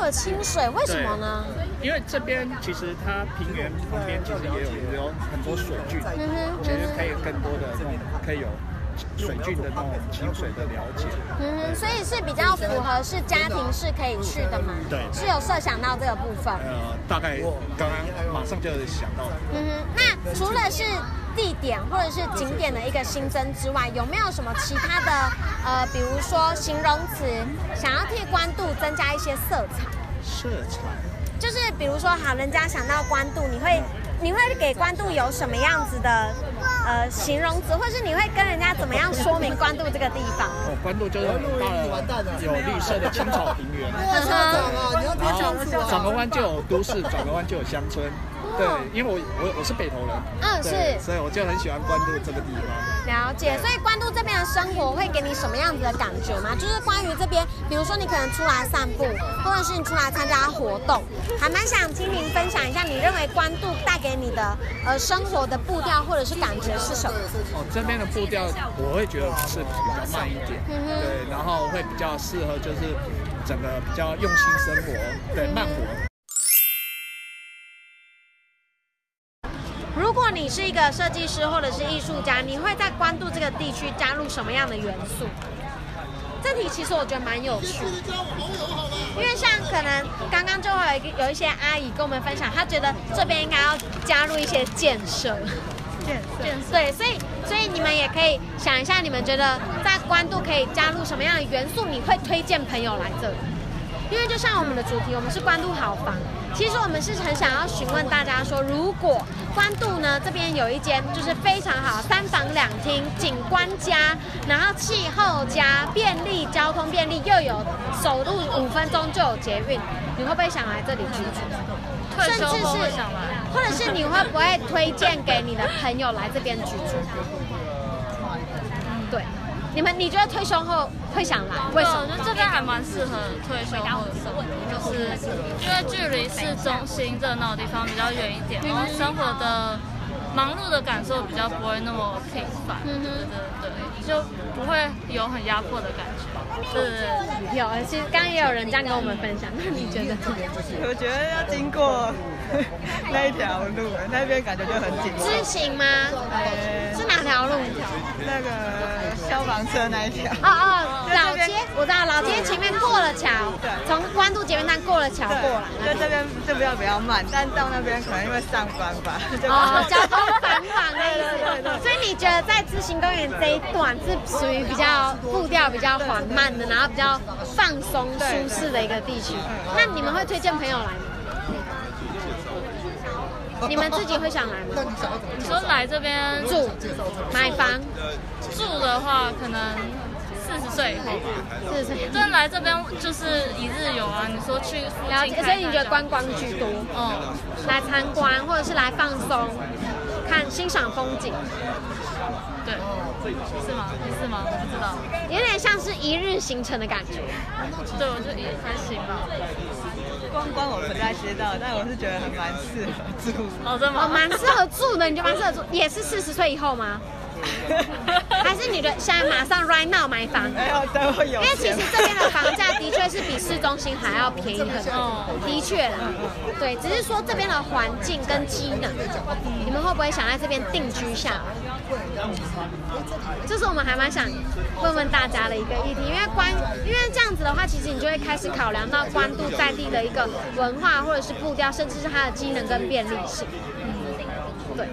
的清水，为什么呢？因为这边其实它平原旁边其实也有有很多水郡，嗯哼，其实嗯可以更多的那种可以有水郡的那种清水的了解。哼，嗯哼，所以是比较符合是家庭是可以去的嘛？对对是有设想到这个部分。呃，大概刚刚马上就想到，嗯哼，那除了是地点或者是景点的一个新增之外，有没有什么其他的呃，比如说形容词，想要替关渡增加一些色彩？色彩就是比如说，好，人家想到关渡，你会你会给关渡有什么样子的呃形容词，或是你会跟人家怎么样说明关渡这个地方？哦，关渡就是很大的有绿色的青草平原，不要校长啊，你要别然这后样子转个啊。弯就有都市，转个弯就有乡村。对，因为我我我是北投哦人，嗯对是所以我就很喜欢关渡这个地方。了解，所以关渡这边的生活会给你什么样子的感觉吗？就是关于这边，比如说你可能出来散步，或者是你出来参加活动，还蛮想听您分享一下，你认为关渡带给你的呃生活的步调或者是感觉是什么？哦，这边的步调我会觉得是比较慢一点，嗯哼对，然后会比较适合就是整个比较用心生活，对，慢活。如果你是一个设计师或者是艺术家，你会在关渡这个地区加入什么样的元素？这题其实我觉得蛮有趣的，因为像可能刚刚就会有一个有一些阿姨跟我们分享，她觉得这边应该要加入一些建设，建建设对，所以所以你们也可以想一下，你们觉得在关渡可以加入什么样的元素？你会推荐朋友来这里？因为就像我们的主题，我们是关渡好房。其实我们是很想要询问大家说，如果关渡呢这边有一间就是非常好，三房两厅，景观佳，然后气候佳，便利交通便利，又有走路五分钟就有捷运，你会不会想来这里居住？退甚休至后是会想来，或者是你会不会推荐给你的朋友来这边居住？对，你们你觉得退休后会想来？为什么？呃对我觉得这边还蛮适合退休后的生活，就是因为距离市中心热闹的地方比较远一点，然后生活的忙碌的感受比较不会那么频繁，嗯对哼对对，就不会有很压迫的感觉，对对对。有，哦其实刚刚也有人这样跟我们分享，那你觉得？我觉得要经过那一条路，那边感觉就很紧张。知行吗？是哪条路？哦那个消防车那一条，哦，就老这边街，哦我知道老街前面过了桥，从关渡捷运站过了桥过来。对，就这边这边比较慢，但到那边可能因为上班吧，就哦，交通繁忙的意对对对思。所以你觉得在知行公园这一段是属于比较步调比较缓慢的，然后比较放松舒适的一个地区？那你们会推荐朋友来吗？你们自己会想来吗？你说来这边住、 买房，住的话，可能四十岁以后吧。是不是？真来这边就是一日游啊，你说去附近了解，看一下所以你觉得观光居多，哦，来参观或者是来放松，看欣赏风景，对，是吗？是吗？我不知道。有点像是一日行程的感觉。对，我就也还行吧。观光我不太知道，但我是觉得还蛮适合住。哦，真的哦，吗？蛮适合住的，你觉得蛮适合住？也是四十岁以后吗？还是你的现在马上 right now 买房？没有，等我有因为其钱实这边的房价的确是比市中心还要便宜很多哦，的确啦，对，只是说这边的环境跟机能，你们会不会想在这边定居下来？这是我们还蛮想问问大家的一个议题，因为关，因为这样子的话，其实你就会开始考量到关渡在地的一个文化或者是步调，甚至是它的机能跟便利性。对。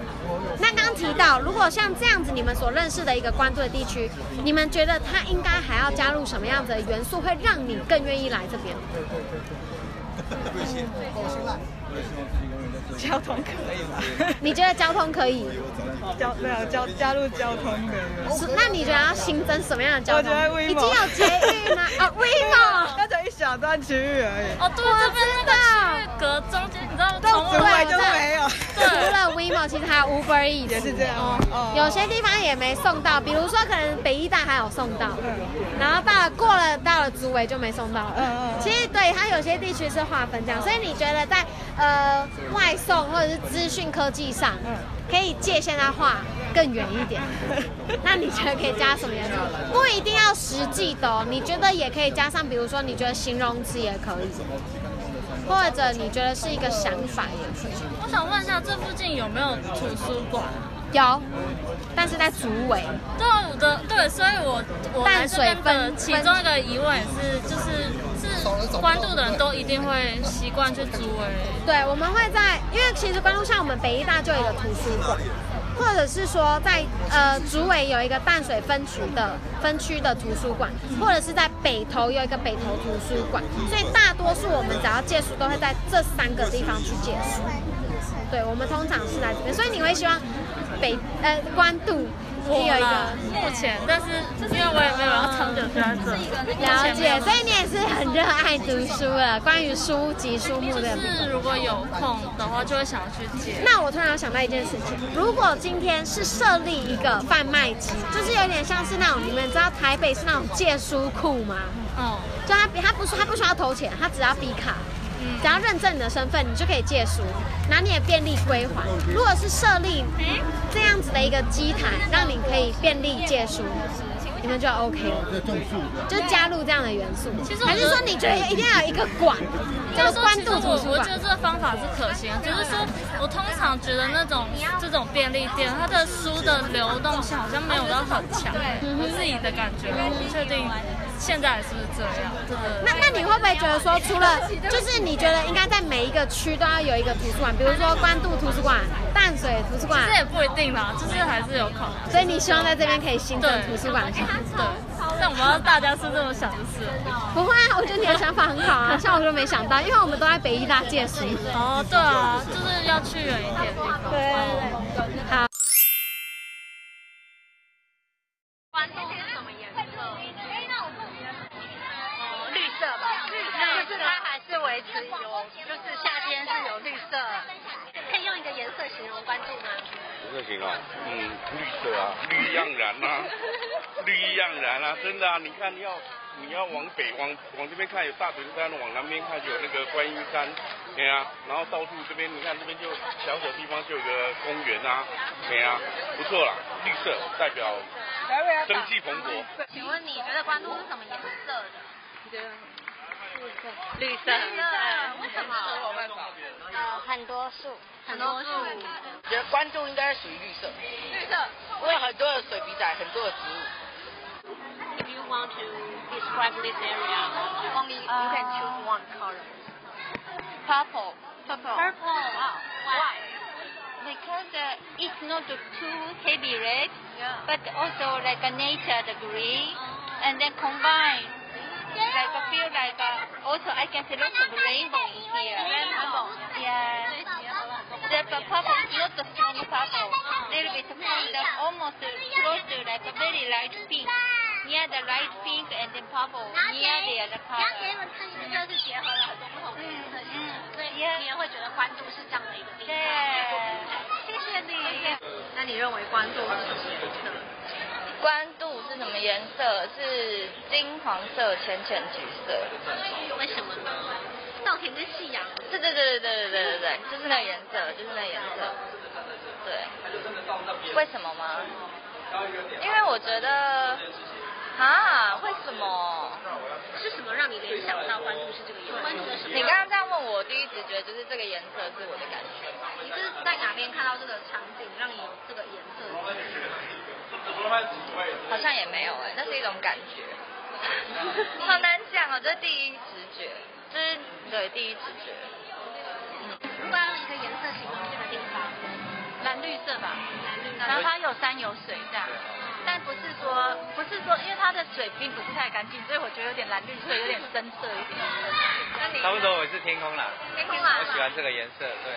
那刚刚提到，如果像这样子，你们所认识的一个关注的地区，你们觉得它应该还要加入什么样子的元素，会让你更愿意来这边？交通可以吧？你觉得交通可以？交没有交加入交通可以吗？是那你觉得要新增什么样的交我通觉得？WeMo 已经有捷运 吗？啊，WeMo。那就一小段区域而已，哦，对，这边那啊个区域隔中间，你知道从出来来就没有，除了 WeMo，其实还有 Uber 也 Eats，是这样。哦有些地方也没送到，比如说可能北医大还有送到，然后到了过了到了竹围就没送到了。嗯嗯嗯嗯其实对它有些地区是划分这样，所以你觉得在呃外送或者是资讯科技上，嗯可以界限它画更远一点。 那你觉得可以加什么元素？不一定要实际的、哦，你觉得也可以加上，比如说你觉得形容词也可以。或者你觉得是一个想法也可以。我想问一下，这附近有没有图书馆？有，但是在竹围。对啊，我的对，所以我我来这边的淡水分其中一个疑问也是，就是是关注的人都一定会习惯去租欸诶。对，我们会在，因为其实关路像我们北医大就有一个图书馆，或者是说在呃竹围有一个淡水分区的分区的图书馆，或者是在北投有一个北投图书馆，嗯所以大多数我们只要借书都会在这三个地方去借书。对，我们通常是来这边，所以你会希望北呃关渡我也有一啦个。目前，但是因为我也没有要长久住在这里，了目前没解，有所以你也是很热爱读书了。关于书籍、书目就的部分是如果有空的话，就会想要去借。那我突然想到一件事情，如果今天是设立一个贩卖机，就是有点像是那种你们知道台北是那种借书库吗？哦，就他他不是他不需要投钱，他只要比卡，嗯只要认证你的身份，你就可以借书，然后你也便利归还。如果是设立这样子的一个机台，让你可以便利借书，你们就 OK 了，就加入这样的元素。其实我还是觉得说你觉得一定要有一个馆，就叫是做说，关其实渡图我书我馆觉？得这个方法是可行的，只是说我通常觉得那种这种便利店，它的书的流动性好像没有到很强，我自己的感觉，我不确定现在是不是这样。对，那那你会不会觉得说，除了就是你觉得应该在每一个区都要有一个图书馆，比如说关渡图书馆、淡水图书馆，这也不一定啦，就是还是有考量。所以你希望在这边可以新增对图书馆是吗？对，但我不知道大家是这么想的是。不会啊，我觉得你的想法很好啊，像我就没想到，因为我们都在北医大借书。哦，对啊，就是要去远一点的地方。对对对。好，关渡是什么颜色？绿色吧，绿色，就是它还是维持有，就是夏天是有绿色。可以用一个颜色形容关渡吗？这行啊，嗯，绿色啊，绿意盎然 呐、绿意盎然啊，真的啊，你看你要你要往北往往这边看有大屯山，往南边看有那个观音山，对啊，然后到处这边你看这边就小小地方就有个公园啊，对啊，不错啦，绿色代表啊生气蓬勃。请问你觉得关渡是什么颜色的？绿色，绿色，为什么？呃，很多树，很多树，我觉得关渡应该属于绿色，绿色。因为很多的水笔仔，很多的植物。 If you want to describe this area, Uh, Only you can choose one color. Purple. Purple. Purple. Wow. Why? because uh, it's not too heavy red, Yeah. Oh. but also like a nature the green, and then combine. Like I feel like uh, also I can see lots of rainbow in here. Rainbow. Yeah. The p- purple is not the strong purple. Little bit kind of almost close to like a very light pink. Near the light pink and then purple. Near the other color. Mm-hmm. 就是结合了很多不同的颜色形成，所以你也会觉得关渡是这样的一个地对方。，谢谢你。那你认为关渡是什么颜色？关渡是什么颜色？是金黄色、浅浅橘色。为什么呢？稻田跟夕阳。对对对对对对对对对，就是那个颜色，就是那个颜色。对，为什么吗？因为我觉得，啊，为什么？是什么让你联想到关渡是这个颜色？关渡是什么？你刚刚这样问我，我第一直觉就是这个颜色是我的感觉。你是在哪边看到这个场景，让你有这个颜色？好像也没有哎、那是一种感 觉，好难讲哦，这是第一直觉，这是对第一直觉。如果要用一个颜色形容这个地方，蓝绿色吧，然蓝后绿色。它有山有水这样，但不是说不是说，因为它的水并不是太干净，所以我觉得有点蓝绿色，有点深色一点。那你差不多我是天空蓝，天空蓝我喜欢这个颜色，对，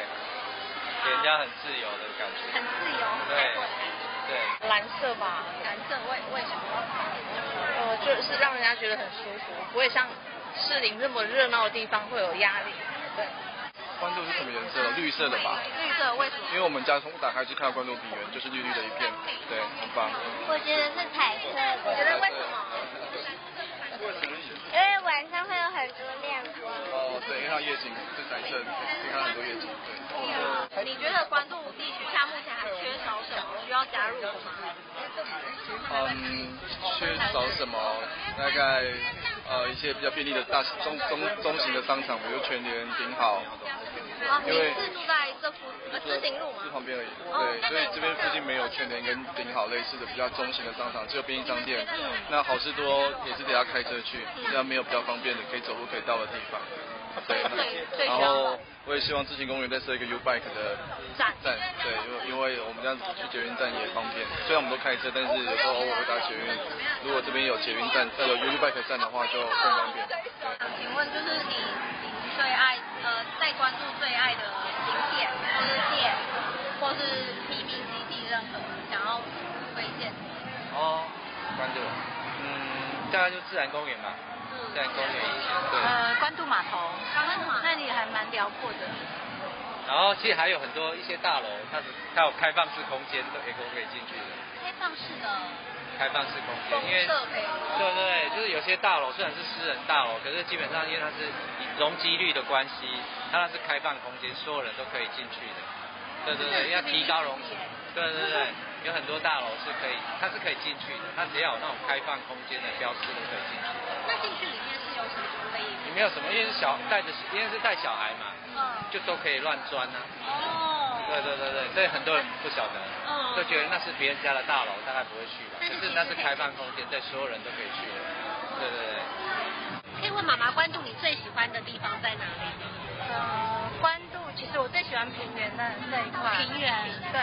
给人家很自由的感觉，很自由，很开阔的感觉。对。蓝色吧，蓝色，我也我也喜欢。呃，就是让人家觉得很舒服，不会像士林这么热闹的地方会有压力。对，关渡是什么颜色？绿色的吧？绿色为什么？因为我们家从打开就看到关渡平原，就是绿绿的一片，对，很棒。我觉得是彩色我觉得为什么？因为晚上会有很多亮光。呃哦，对，因为它夜景是彩色，可以看到很多夜景。对，哦你觉得关渡地区它目前还缺少什么需要加入的吗？嗯，缺少什么？大概呃一些比较便利的大中中中型的商场，比如全联、顶好，哦，你因为是住在这附呃知行路是吗？旁边而已。哦对，所以这边附近没有全联跟顶好类似的比较中型的商场，只有便利商店。那好事多嗯也是得要开车去，这样没有比较方便的可以走路可以到的地方。对对，然后我也希望自行公园再设一个 U Bike 的站站，对，因为因为我们这样子去捷运站也方便。虽然我们都开车，哦但是有时候偶尔会搭捷运。如果这边有捷运站，呃有 U Bike 站的话，就更方便。想请问，就是你你最爱呃在关注最爱的景点或是店，或是秘密基地任何想要推荐？哦，关注，嗯，大概就自然公园吧，嗯自然公园一些，对。呃，关渡码头，那里还蛮辽阔的。然后其实还有很多一些大楼，它是它有开放式空间，都也都可以进去的，开放式的开放式空公间，因为。设可以对对，就是有些大楼虽然是私人大楼，可是基本上因为它是以容积率的关系，它那是开放空间，所有人都可以进去的。对对对，要提高容积。对对对，有很多大楼是可以，它是可以进去的，它只要有那种开放空间的标识都可以进去。那进去里面是有什么可以？你没有什么，因为是小带着，因为是带小孩嘛，嗯就都可以乱钻啊。哦，对对对对，所以很多人不晓得，嗯就觉得那是别人家的大楼，大概不会去吧。但是可其实是那是可以开放空间，对所有人都可以去的。对对对。可以问妈妈，关渡你最喜欢的地方在哪里？呃，关渡其实我最喜欢平原那那一块。平原。对。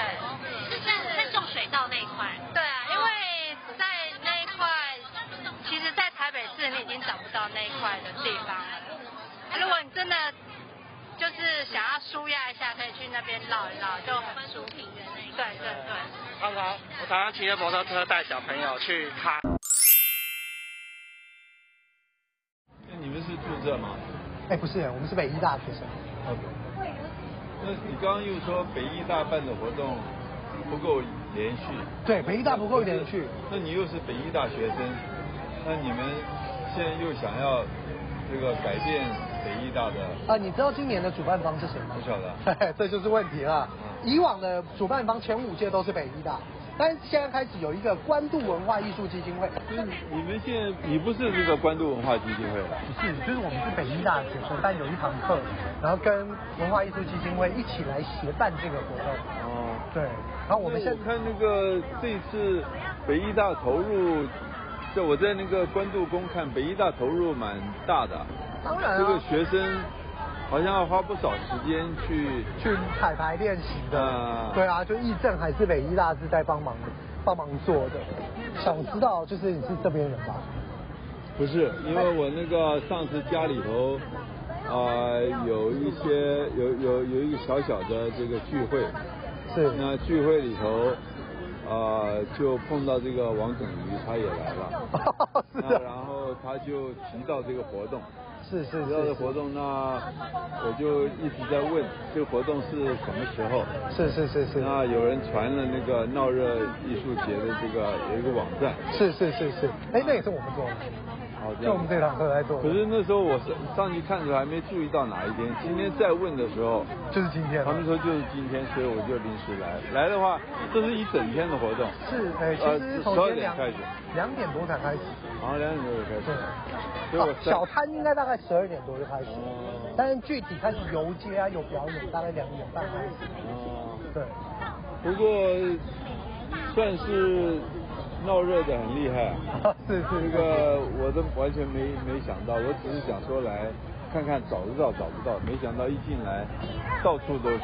是在在种水稻那一块。对啊，因为在那一块，其实，在台北市你已经找不到那一块的地方了。如果你真的就是想要舒压一下，可以去那边绕一绕，就很舒平原那一块。对对对。常常我常常骑着摩托车带小朋友去看。你们是住这吗？哎，不是，我们是北医大学生。哦，那你刚刚又说北医大办的活动不够连续。对，北医大不够连续。那你又是北医大学生，那你们现在又想要这个改变北医大的？啊，你知道今年的主办方是谁吗不？晓得。 这就是问题了。嗯以往的主办方前五届都是北医大，但是现在开始有一个关渡文化艺术基金会。你们现在你不是这个关渡文化基金会了？不是，就是我们是北医大学生，但有一堂课，然后跟文化艺术基金会一起来协办这个活动。哦，对，然后我们现我看那个这一次北医大投入，这我在那个关渡宫看北医大投入蛮大的，当然啊这个学生好像要花不少时间去去彩排练习的。啊对啊，就义正还是北医大是在帮忙帮忙做的。想知道就是你是这边人吧？不是，因为我那个上次家里头，啊、有一些有有有一个小小的这个聚会，是，那聚会里头，啊、就碰到这个王等瑜，他也 来了，啊那然后他就提到这个活动，是是提到这活动，那我就一直在问这个活动是什么时候，是是是是。那有人传了那个闹热艺术节的这个有一个网站，是是是是，哎，那也是我们做的，好这就样我们这堂课在做的可是那时候我上上去看的时候还没注意到哪一天，今天再问的时候就是今天，他们说就是今天，所以我就临时来。来的话，这是一整天的活动，是，哎，其实呃从十今天二点两开始，两点多才开始，好像两点多就开始，所以哦我，三小摊应该大概十二点多就开始，但是具体开始游街啊，有表演，大概两点半开始。哦，对，不过算是闹热的很厉害。啊 是这个我都完全没没想到，我只是想说来看看找得到找不到，没想到一进来到处都是。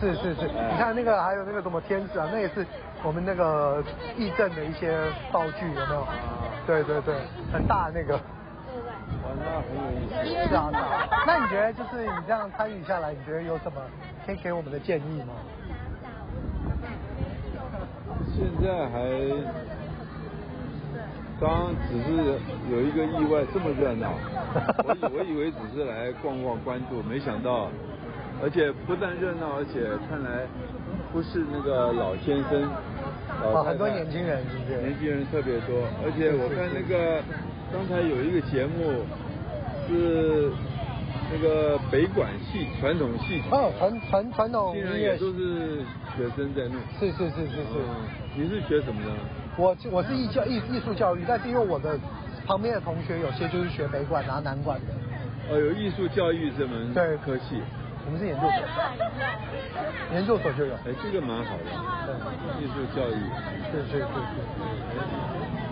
是是是，哎你看那个还有那个什么天使啊，那也是我们那个义政的一些道具有没有？对对对，很大那个。哇，那很有意思。是啊，是啊那你觉得就是你这样参与下来，你觉得有什么可以给我们的建议吗？现在还，当只是有一个意外这么热 闹，我以我以为只是来逛逛关渡，没想到，而且不但热闹，而且看来不是那个老先生，老哦，很多年轻人是不是？年轻人特别多，而且我看那个刚才有一个节目是那个北管戏传统戏曲，哦，传传传统竟然音也乐都是学生在弄，是是是是是嗯你是学什么的？我我是艺教艺艺术教育，但是因为我的旁边的同学有些就是学北管啊、南管的，哦，有艺术教育这门科系，我们是研究所，研究所就有。哎，这个蛮好的，艺术教育。是是是是。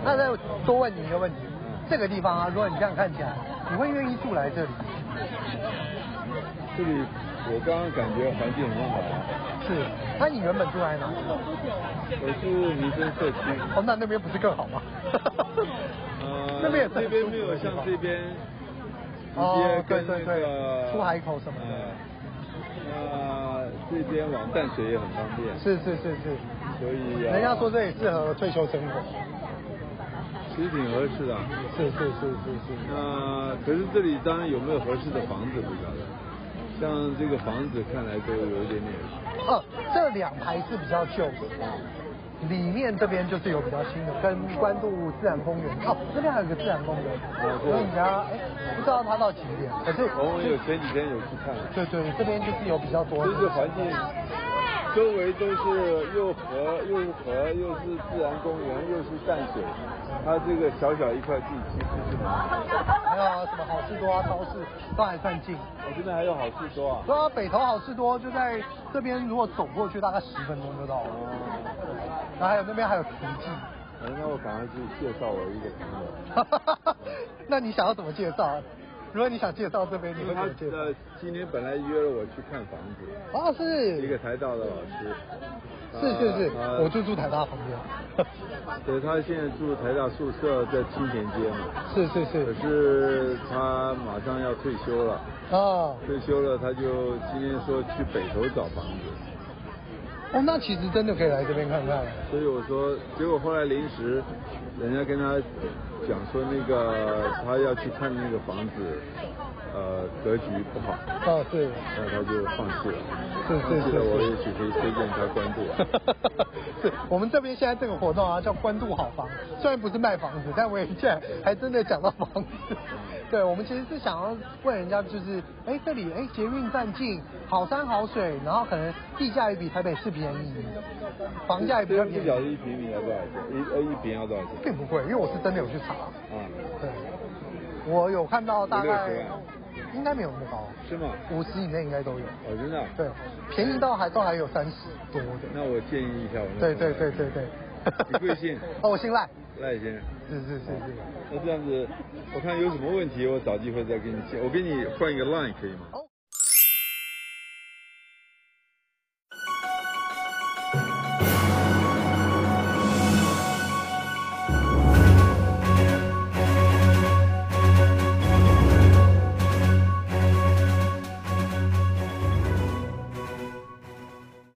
那再多问你一个问题，这个地方啊，如果你这样看起来，你会愿意住来这里？这里我刚刚感觉环境很好啊，是。那你原本住在哪？我住民生社区，哦，那那边不是更好吗？呃，那边也是很这边没有像这边直接哦，对跟那对对个，出海口什么的。呃，这边往淡水也很方便，是是是是，所以啊人家说这里适合退休生活。其实挺合适的啊。是是是是是。那可是这里当然有没有合适的房子不晓得，像这个房子看来都有一点点。哦，这两排是比较旧的，里面这边就是有比较新的，跟关渡自然公园哦，这边还有个自然公园，啊对哦所以你要哎，不知道它到几点，可是我们有前几天有去看了。对对，这边就是有比较多这的，是环境，周围都是又河又是河，又是自然公园，又是淡水，它这个小小一块地其实是蛮好的。还有什么好事多啊、超市都还算近。我这边还有好事多啊。对啊，北投好事多就在这边，如果走过去大概十分钟就到了。然后还有那边还有慈济，哎，那我赶快去介绍我一个朋友， 那你想要怎么介绍？如果你想介绍这边，你因会为怎他么介绍？呃今天本来约了我去看房子，哦，是一个台大的老师。是是是，呃我就住台大旁边。对，他现在住台大宿舍，在青田街嘛。是是是。可是他马上要退休了，哦退休了他就今天说去北头找房子，哦，那其实真的可以来这边看看。所以我说，结果后来临时，人家跟他讲说那个他要去看那个房子，呃，格局不好，哦，是那他就放弃了。是是放弃是了，是我也许可以推荐他关注啊。是，我们这边现在这个活动啊，叫关渡好房，虽然不是卖房子，但我也现在还真的讲到房子。对，我们其实是想要问人家，就是哎这里哎捷运站近，好山好水，然后可能地价也比台北市便宜，房价也比较便不晓得宜，一平米要多少钱，一呃一平要多少钱？并不贵，因为我是真的有去查，啊，我有看到大五六概十万应该没有那么高，是吗？五十以内应该都有，哦，真的啊。对，便宜到还都还有三十多的。那我建议一下我们。对对对对对。你贵姓？哦，我姓赖。赖先生。 是是是是。那这样子，我看有什么问题，我找机会再跟你接。我给你换一个 line 可以吗？